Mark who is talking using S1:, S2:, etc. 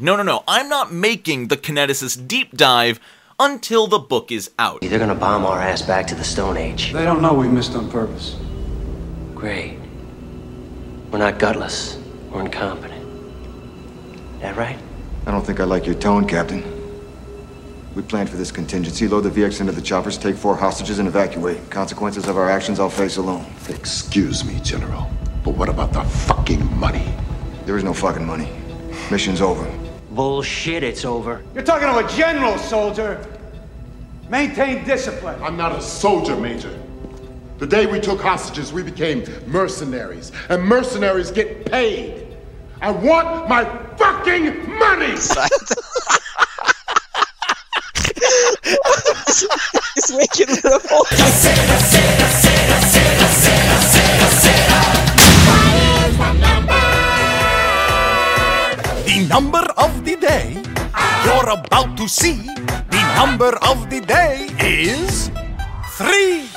S1: No, no, no, I'm not making the Kineticist deep dive until the book is out.
S2: They're gonna bomb our ass back to the Stone Age.
S3: They don't know we missed on purpose.
S2: Great. We're not gutless. We're incompetent. That right?
S4: I don't think I like your tone, Captain. We planned for this contingency. Load the VX into the choppers, take four hostages, and evacuate. Consequences of our actions I'll face alone.
S5: Excuse me, General, but what about the fucking money?
S4: There is no fucking money. Mission's over.
S2: Bullshit, it's over.
S3: You're talking to a general, soldier. Maintain discipline.
S5: I'm not a soldier, Major. The day we took hostages, we became mercenaries, and mercenaries get paid. I want my fucking money!
S6: It's making little
S7: The number of the day you're about to see, the number of the day is three.